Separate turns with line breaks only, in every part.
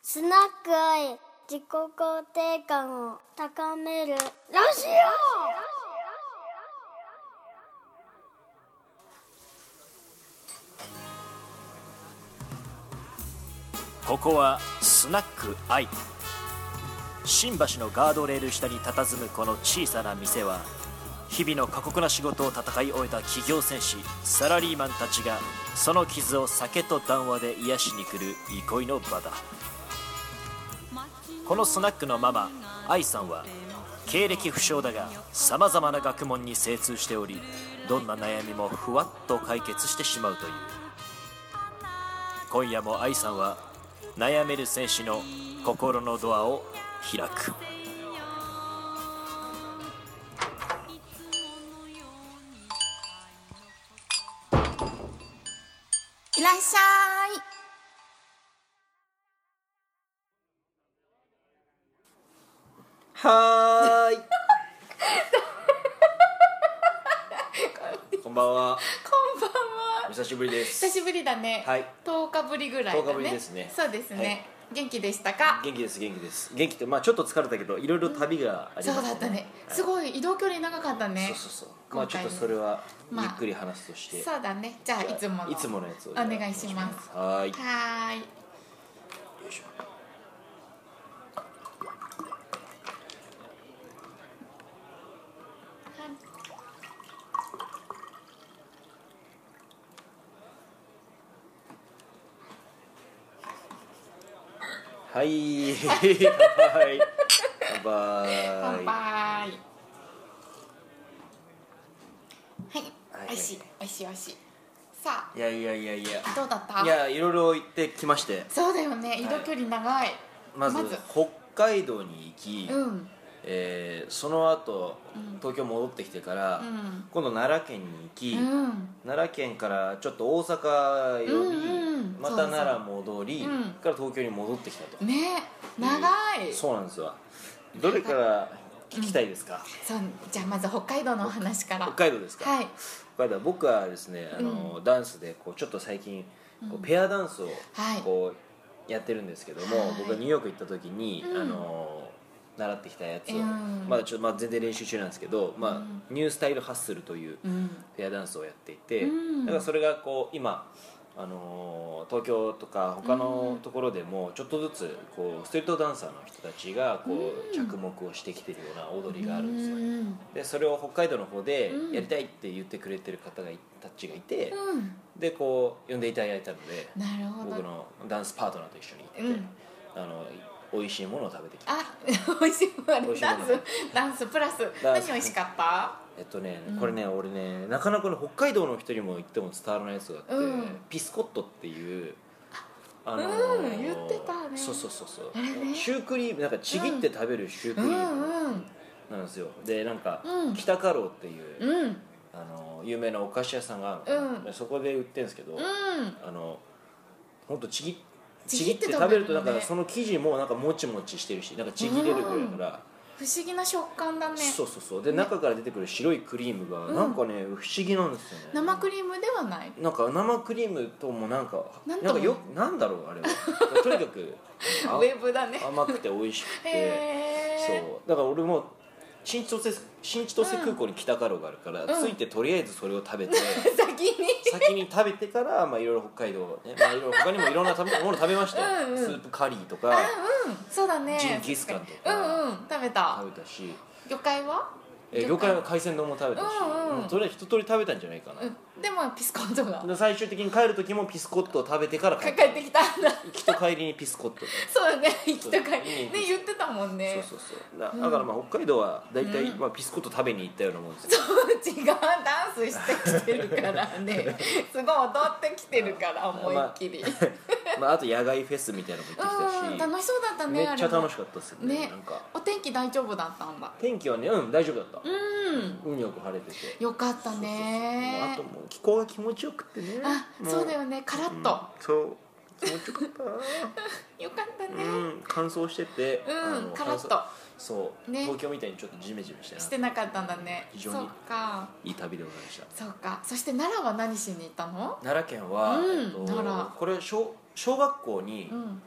スナック愛自己肯定感を高めるラジ
ここはスナックアイ新橋のガードレール下に佇むこの小さな店は日々の過酷な仕事を戦い終えた企業戦士サラリーマンたちがその傷を酒と談話で癒しに来る憩いの場だこのスナックのママ愛さんは経歴不詳だがさまざまな学問に精通しておりどんな悩みもふわっと解決してしまうという今夜も愛さんは悩める選手の心のドアを開く
オいらっしゃい
はーい。 こんばんは。
こんばんは
お久しぶりです。
久しぶりだね、
はい
10日ぶりぐらいだね
10日ぶりですね
そうですね、
はい
元気でしたか
元気です元気です。元気ってまあちょっと疲れたけどいろいろ旅があり
そ
ま
う
した
だったね、す
い。
ごい移動距離長かったね
そうそうそう。まあ
今
ちょっ
回
と
ね
それはゆ
まあ
っくり話すとして。
そうだねじゃあいつもの
いつものやつを
お願いします
はーい。
はーい
はい。はい。乾杯。
乾杯
は
はい、
い
おいしいおいしいおいしいさ
いやいやいやいや。
あどうだった
いやいろいろ行ってきまして、
そうだよね移動距離長い、
まず
まず
北海道に行き。
うん
えーその後東京戻ってきてから、
ん
今度奈良県に行き、
うん
奈良県からちょっと大阪寄り、
うんうん
ま
そう
た
そう
奈良戻り、
うん
から東京に戻ってきたと、
ね長い、
そうなんですよどれから聞きたいですか、
そうじゃあまず北海道のお話から
北海道ですか、
はい
北海道は僕はですねあの、ダンスでこうちょっと最近こうペアダンスを
はい
こうやってるんですけども、
はい
僕がニューヨーク行った時に、
うん
あの習ってきたやつを、
うん
まだちょっとまあ全然練習中なんですけど、まあ
うん
ニュースタイルハッスルという
うん
ペアダンスをやっていて、
うん
だからそれがこう今、あのー東京とか他のところでもちょっとずつこうストリートダンサーの人たちがこう着目をしてきてるような踊りがあるんですよ、
うん
でそれを北海道の方で
うん
やりたいって言ってくれてる方がいたちがいて、
うん
でこう呼んでいただいたので
なるほど
僕のダンスパートナーと一緒に行って、あの美味しいものを食べてきた
あ美味しいも
美
の
味しいも
ダ
の
ンスダンスプラス
ダン
何
ス
美味しかった
えっとね、
うん
これね俺ねなかなかね北海道の人にも言っても伝わらないやつがあって、
うん
ピスコットっていうあ
うん言ってたね
そうそうそうそう
あれね
シュークリームなんかちぎって食べるシューク
う
リ
ん
ーム
うん
なんですよ、でなんか、
うん
北家老っていう、
うんうん
あの有名なお菓子屋さんがあるの、
うん
でそこで売ってるんですけど、あのほんとちぎちぎ
ちぎ
っ
ってて
食
食
べ
べ
る
る
と
のね
なんかその生地もなんかもちもちしてるしなんかちぎれるぐらいだから、
不思議な食感だね
そうそうそうで、
ね
中から出てくる白いクリームが
ん
なんかね、不思議なんですよね
生クリームではない
なんか生クリームともなんかな
なんんとも
かよなんだろ うあれはとにかく
ウ
あ
ェブだね
甘くて美味しくて
へえ
そうだから俺も新千歳新千歳空港に北カロがあるから、
ん
着いてとりあえずそれを食べて
先に
先に食べてからまあいろいろ北海道ね、まあ、いろいろ他にもいろんな食べ物食べましたよ
うんうん
スープカリーとか
うんそうだね
ジンギスカンとか
うんうん食べた
食べたし
魚介は
え魚介の海鮮丼も食べたし、
うんうん
とりあえず一通り食べたんじゃないかな、
うんでもピスコットが
で最終的に帰る時もピスコットを食べてから帰
帰
っ
った てきたんだ
行きと帰りにピスコット
そうだね行きとか
うん
ね言ってたもんね
そうそうそうだだからまあ北海道は大体、まあ、ピスコット食べに行ったようなもんですよ
違うダンスしてきてるから ねすごい踊ってきてるから思いっきり、
まあ、あと野外フェスみたいなのも行って
うん
きたし、
楽しそうだったね
めっちゃ楽しか
か
ったですよね
ね
なんか
お天気大丈夫だったんだ
天気はねうん大丈夫だった、
うん
運よく晴れてて
よかったね
そうそうそうもうあともう気候が気持ちよくてね
あ
も
そうだよねカラッと、
うんそう気持ちよかった
よか ったね、
うん乾燥してて
うん
あの
カラッと
乾燥そう、
ね
東京みたいにちょっとジメジメしてな
してなかったんだね
非常に
そうか
いい旅でございました
そうかそして奈良は何しに行ったの
奈良県は、
うん
えっと、
奈良
これ小小学校に、
うん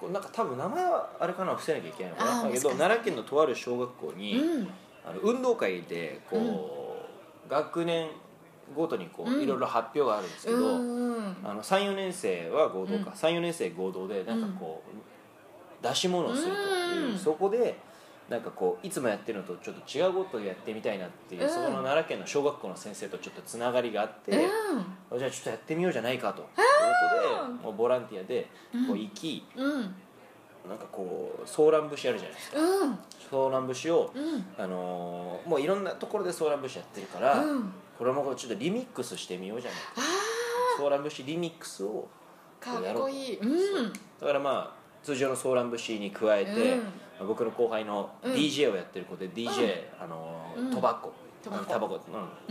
こうなんか多分名前はあれかな伏せなきゃいけないのか
あ
なだ
ー
けど
もしかして
奈良県のとある小学校に、
うん
あの運動会でこう、学年ごとにこう、
うん
いろいろ発表があるんですけど、
うん
あの34年生は合同か、
うん
34年生合同でなんかこう、出し物をするという、
うん
そこでなんかこういつもやってるのとちょっと違うことをやってみたいなっていう、
うん
そこの奈良県の小学校の先生とちょっとつながりがあって、じゃあちょっとやってみようじゃないかということでもうボランティアでこう行き、
うんうん
なんかこうソーラン節あるじゃないですか
うん
ソーラン節を、
うん
あのーもういろんなところでソーラン節やってるから、
うん
これもちょっとリミックスしてみようじゃないかソーラン節リミックスを
かっこいいうん
だからまあ通常のソーラン節に加えて、
うん
まあ僕の後輩の
うん
DJ をやってる子で DJ、あのー
うん
トバコ
トバコ
タバコうん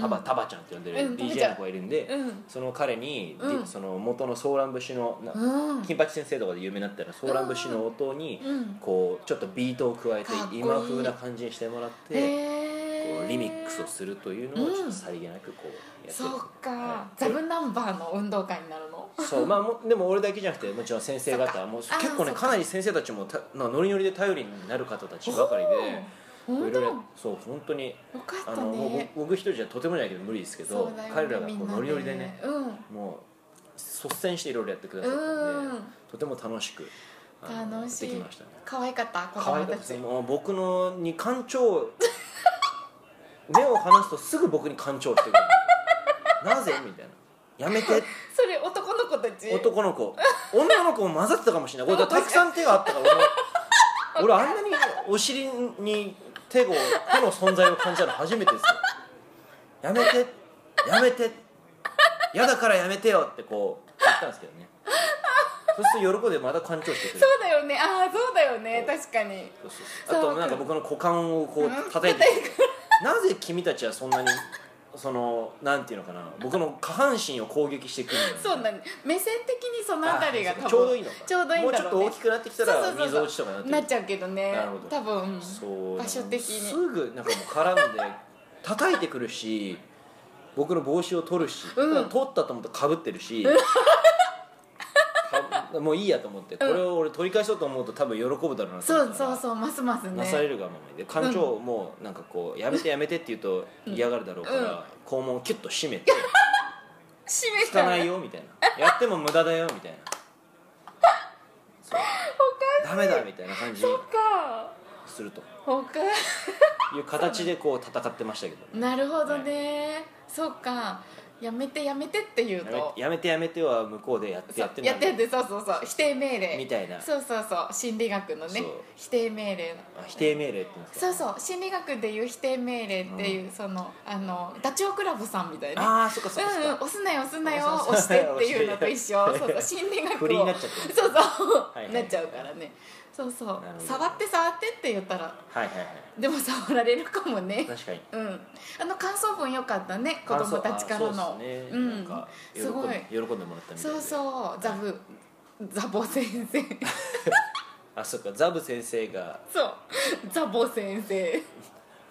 タバタバちゃんって呼んでる
うん
DJ の子がいるんで、
うん
その彼に、
うん
でその元のソーラン節のな、
うん
金八先生とかで有名になったらソーラン節の音に、
うん
こうちょっとビートを加えて
かっこいい
今風な感じにしてもらって、
へ
こ
ー
うリミックスをするというのをちょっとさりげなくこうやってる
そうか
は
ザ
い
ブナンバーの運動会になるの
そうまあもでも俺だけじゃなくてもちろん先生方もう
そっか
結構ね
あー
かなり先生たちもたなノリノリで頼りになる方たちばかり
おー
で
本
い
当
ろい
よ
ろそう本当に
か
あ
った
のもう
ね
僕僕一人じゃとてもじゃないけど無理ですけど、
そうだよね
彼らがこ
みん
う
なね
ノリノリでね
うん
もう率先していろいろやってくださったので
うん
とても楽しくあの
楽しい
できましたね
可愛かった子
可愛かっ
供
たたです
ち
ねもう僕のに干潮目を離すとすぐ僕に干潮してくる なぜみたいなやめて
それ男の子たち
男の子女の子も混ざってたかもしれないこれたくさん手があったから 俺俺あんなにお尻に手を手の存在を感じたの初めてですよやめてやめて嫌だからやめてよってこう言ったんですけどねそうすると喜んでまた干潮してくれる
そうだよねああそうだよね確かに
そうそう
そう
あとなんか僕の股間をこう叩いてなぜ君たちはそんなにそのなんていうのかな僕の下半身を攻撃してくるの
そうだね目線的にそのあたりが多分
ちょうどいいのか
ちょうどいい
もう
んだろう、ね、
ちょっと大きくなってきたら
そうそうそう
水落ちとかなってる
なっちゃうけどね
なるほど
多分
そう
場所的に
すぐなんかもう絡んで叩いてくるし僕の帽子を取るし、
うん
取ったと思ったらかぶってるしかもういいやと思ってこれを俺取り返そうと思うと多分喜ぶだろうなと
そ
思っ
う
たから
そうそうますますね
なされるがままにで館長をもうなんかこうやめてやめてって言うと嫌がるだろうから、
うん
肛門をキュッと閉めて
締め
聞か
た
な
ら
いよみたいなやっても無駄だよみたいなそうダメだみたいな感じに
そっか
すると
他
いう形でこう戦ってましたけどね
なるほどねそっかやめてやめてって言う
や
と
めやめてやめては向こうでやって
そ
や
う
って
やってやっ
み
てそうそうそう否定命令
たいな
そうそうそう心理学のね
そう
否定命令の
あ否定命令って言うんですか
そうそう心理学でいう否定命令っていう、そのあのダチョウ倶楽部さんみたいな
ああそっかそっかそっ
うんうん
か、
押すなよ押すなよ
あ
押
押
し
す
て
なよ
っていうのと一緒
押
そうそう心理学を
振りになっちゃってる
そうそう、
はいはい
なっちゃうからねそうそう
なるほど
触って触ってって言ったら
はいはいはい
でも触られるかもね
確かに
うんあの感想文よかったね子供たちから
あそ
の
うです
う
ねなん
ん
か喜ん
すごい
喜んでもらったみたい
そう
で
そうザブザボ先生
あそっかザブ先生が
そうザボ先生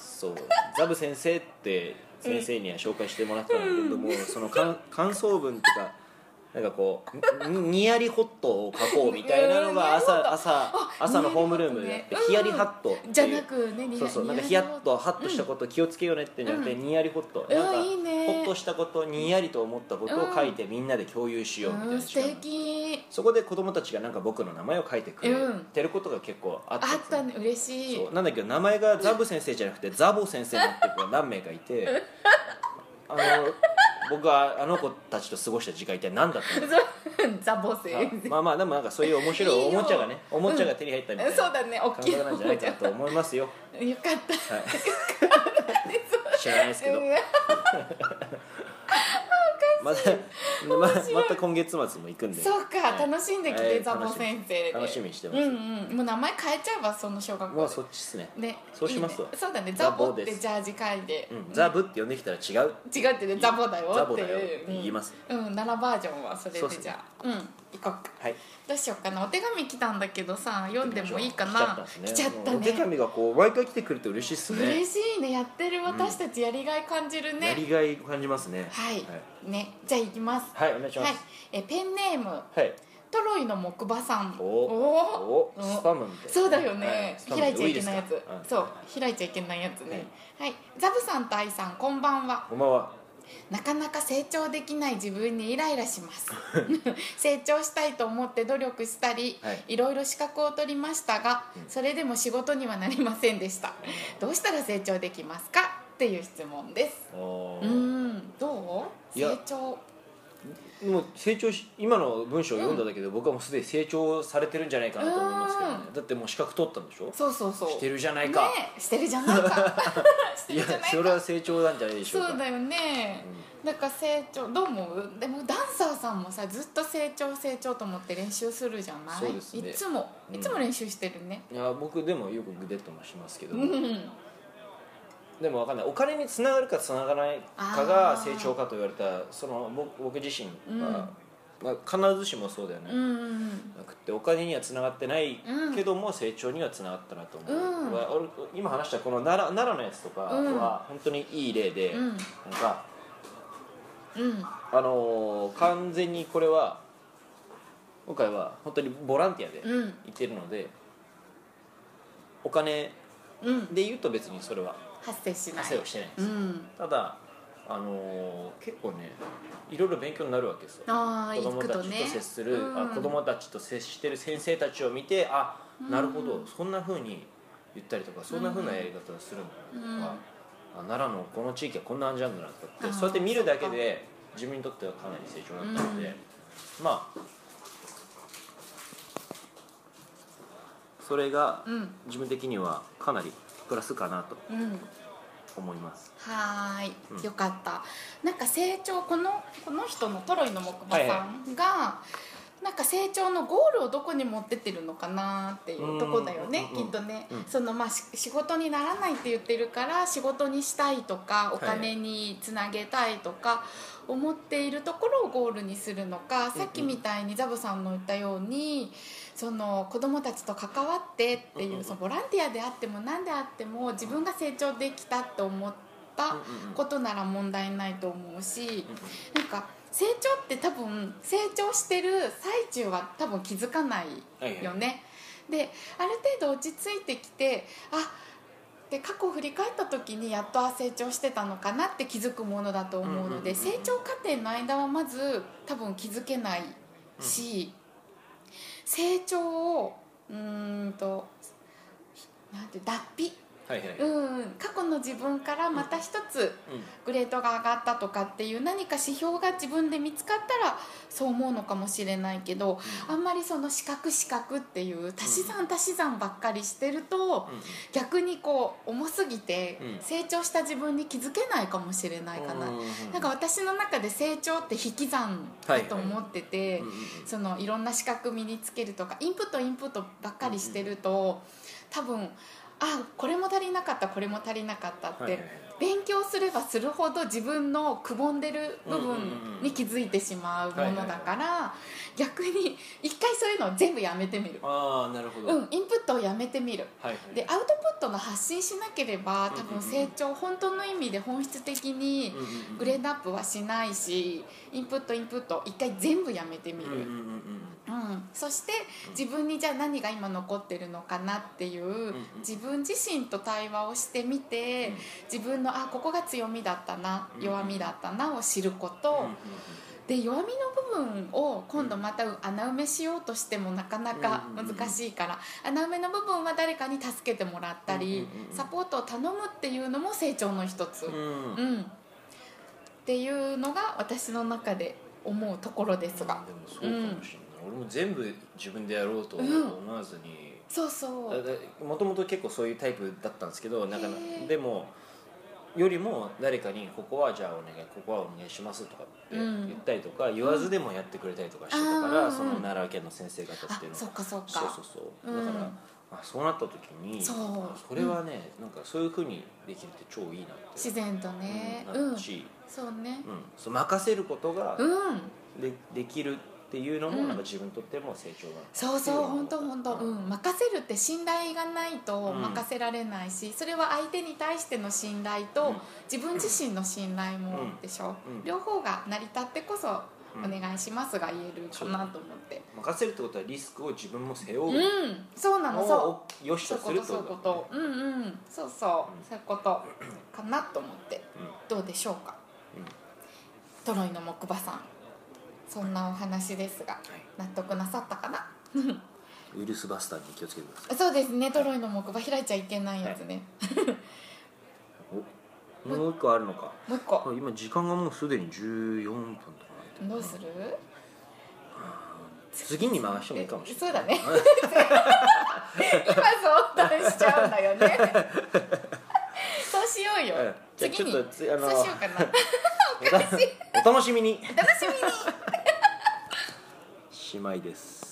そうザブ先生って先生には紹介してもらったんだけども、その感感想文とかなんかこうににやりホットを書こうみたいなのが
うん
朝朝朝のホームルームでやって
うん
ヒヤリハットっていう
じゃなくねに
そうそうなんかヒヤッとハッとしたこと気をつけようねってんじゃなくて、にやりホット
うん
なんか
いいね
ホッとしたことにやりと思ったことを書いてみんなで共有しようみたいな、
うん素敵
そこで子供たちがなんか僕の名前を書いてくれてることが結構あったん
あ
ですね
ったね嬉しい
そうなんだけど名前がザブ先生じゃなくてザボ先生になってる子が何名かいて あの僕はあの子たちと過ごした時間一体何だったのか
ザボ先生
まあまあでもなんかそういう面白いおもちゃがね
いいよ
おもちゃが手に入ったみたいな
そうだね大
感
きい
覚なんじゃないかなと思いますよ、
よかった
はい、知らない ですけど
うん
またままた今月末も行くんで
そうか、
はい
楽しんできて、
はい
ザボ先生で
楽しみにしてます
うんうんもう名前変えちゃえばその小学校
もう
で
そっちっすね
ね
そうしますわ
いいねそうだねザ
ザ
ボ
ボ
って
です
ジャージ変えて、
うん、ザブって呼んできたら違う
違うってねザボだよ
ザ
っ
ボ
て
だよっ
い
て
う
言います
うん、うん、奈良バージョンはそれ
そう
で
っすね
じゃあう,、ん行こうか
はい
どうしようかなお手紙来たんだけどさ読んでもいいか
来ちゃった
なん
ですね
来ちゃった
お手
ね
紙がこう毎回来てくれて嬉しいっすね
嬉しいねやってる私たちやりがい感じるね、
やりがい感じますね
はい、ねじゃあ行きます
はい、お願いしま
はい
す、
えペンネーム
はい、
トロイの木馬さん
お
お
お
ー
スパムみたいな
そうだよね、
はいスパム
開いちゃいけないやつ、
ウイルスかはい
そう開いちゃいけないやつねはい、ザブさんとアイさんこんばんは
こんばんは
なかなか成長できない自分にイライラします 成長したいと思って努力したり、、
はい
ろいろ資格を取りましたがそれでも仕事にはなりませんでしたどうしたら成長できますかっていう質問です
お
う
ー
んどう
いや
成長
でも成長し今の文章を読んだだけで、僕はもうすでに成長されてるんじゃないかなと思いますけどねだってもう資格取ったんでしょ
そうそうそう
してるじゃない
ね
か、
えしてるじゃな いかして
い
る
や
じゃない
そ
か
れは成長なんじゃないでしょうか
そうだよね、なんか成長どう思うでもダンサーさんもさずっと成長成長と思って練習するじゃない
そうですね
いつも
うん
いつも練習してるね
いや僕でもよくグデッともしますけど、
うん
でもわかんないお金につながるかつながらないか
あ
が
ー
成長かと言われたらその僕僕自身は、まあ、必ずしもそうではない、
うんうん
なくてお金にはつながってない
うん
けども成長にはつながったなと思う、
うん
まあ俺今話したこの奈良奈良のやつとかは本当にいい例で、
うん
なんか
うん
あのー完全にこれは今回は本当にボランティアで
うん
行ってるので、お金
うん
で言うと別にそれは
発生しない
稼いはしてないんで
う
すよ、
ん
ただあのー結構ねいろいろ勉強になるわけですよ
ああ
子供
行く
たち
と
と
ね
接する、
うん
あ子供たちと接してる先生たちを見てあなるほど、そんなふうに言ったりとかそんなふうなやり方をするんだとか、あ奈良のこの地域はこんな感じなんだなとかって
あー
そうやって見るだけで自分にとってはかなり成長だったので、まあそれが
うん
自分的にはかなりプラスかなと
うん
思います。
はーい、
うん
よかったなんか成長このこの人のトロイの木馬
はい
さ
は
んが、なんか成長のゴールをどこに持ってってるのかなっていうとこだよね
うん
きっとね、
うん
そのまあし仕事にならないって言ってるから仕事にしたいとかお金につなげたいとか思っているところをゴールにするのか、さっきみたいにザボさんの言ったようにその子供たちと関わってっていう、
うんうん
そのボランティアであっても何であっても自分が成長できたって思った
うんうん
ことなら問題ないと思うし、なんか成長って多分成長してる最中は多分気づかないよね、である程度落ち着いてきてあで過去を振り返った時にやっとあ成長してたのかなって気づくものだと思うので、
うんうんうん
成長過程の間はまず多分気づけないし、成長をうーんとなんて脱皮
はいはい、
うんうん過去の自分からまた一つ
うん
グレードが上がったとかっていう何か指標が自分で見つかったらそう思うのかもしれないけど、あんまりその四角四角っていう足し算足し算ばっかりしてると、逆にこう重すぎて
うん
成長した自分に気づけないかもしれないかな、なんか私の中で成長って引き算だと思ってて、
うんうんうん
そのいろんな資格身につけるとかインプットインプットばっかりしてると、多分あこれも足りなかったこれも足りなかったって、
はいはいはい
勉強すればするほど自分のくぼんでる部分に気づいてしまうものだから、逆に一回そういうのを全部やめてみる、
ああなるほど、
うん、インプットをやめてみる
はいはい
でアウトプットの発信しなければ多分成長本当の意味で本質的に
うんうんうん
グレードアップはしないしインプットインプット一回全部やめてみ
うんうん
る、
うん
うん、そして自分にじゃあ何が今残ってるのかなっていう、自分自身と対話をしてみて、自分のあここが強みだったな
うん
弱みだったなを知るこ
うん
と、
うんうん
で弱みの部分を今度また穴埋めしようとしてもなかなか難しいから、穴埋めの部分は誰かに助けてもらったり、
うんうんうん
サポートを頼むっていうのも成長の一つ、
うんうん
うん、っていうのが私の中で思うところですが、
でもそうかもしれない、俺も全部自分でやろうと思わずに、
そうそう
もともと結構そういうタイプだったんですけどなんか
へー
でもよりも誰かに「ここはじゃあお願いここはお願いします」とかって
うん
言ったりとか、言わずでもやってくれたりとかしてたから、
あー
その奈良県の先生方っ
あ
ていうの
そ
は
っかそっか
そうそうそうだから、
うん
あそうなった時に
そう
あそれはね、なんかそういうふうにできるって超いいなって
自然とね
う
うんん、
なるし、
そうね
うんそう任せることが
うん、
で,、できるっていうのも、
うん
なんか自分にとっても成長だな
そうそう本当本当
う
うんん任せるって信頼がないと
うん
任せられないし、それは相手に対しての信頼
う
と
ん
自分自身の信頼も
うん
でしょ、
うん
両方が成り立ってこそ「お願いします」が言えるかなと思って
任せるってことはリスクを自分も背
う
負
ん、
う
そうな
の
のそう
を良し
そ
と
ういう
す
こ
るって
とそういう
こ
こと
だね
とうんうんそうそうそういうことかなと思ってどうでしょうか
うんうん
トロイの木馬さんそんなお話ですが納得なさったかな
ウイルスバスターに気をつけてください
そうですねトロイの木馬開いちゃいけないやつね、
おもう一個あるのか
もう一個
今時間がもうすでに14分とかな
どうする
次に回してもいいかもしれない
そうだね今相談しちゃうんだよねそうしようよ、
うんじゃあ
次に
ちょっとつあの
そうしようかな
お楽しみに
お楽しみに
姉妹です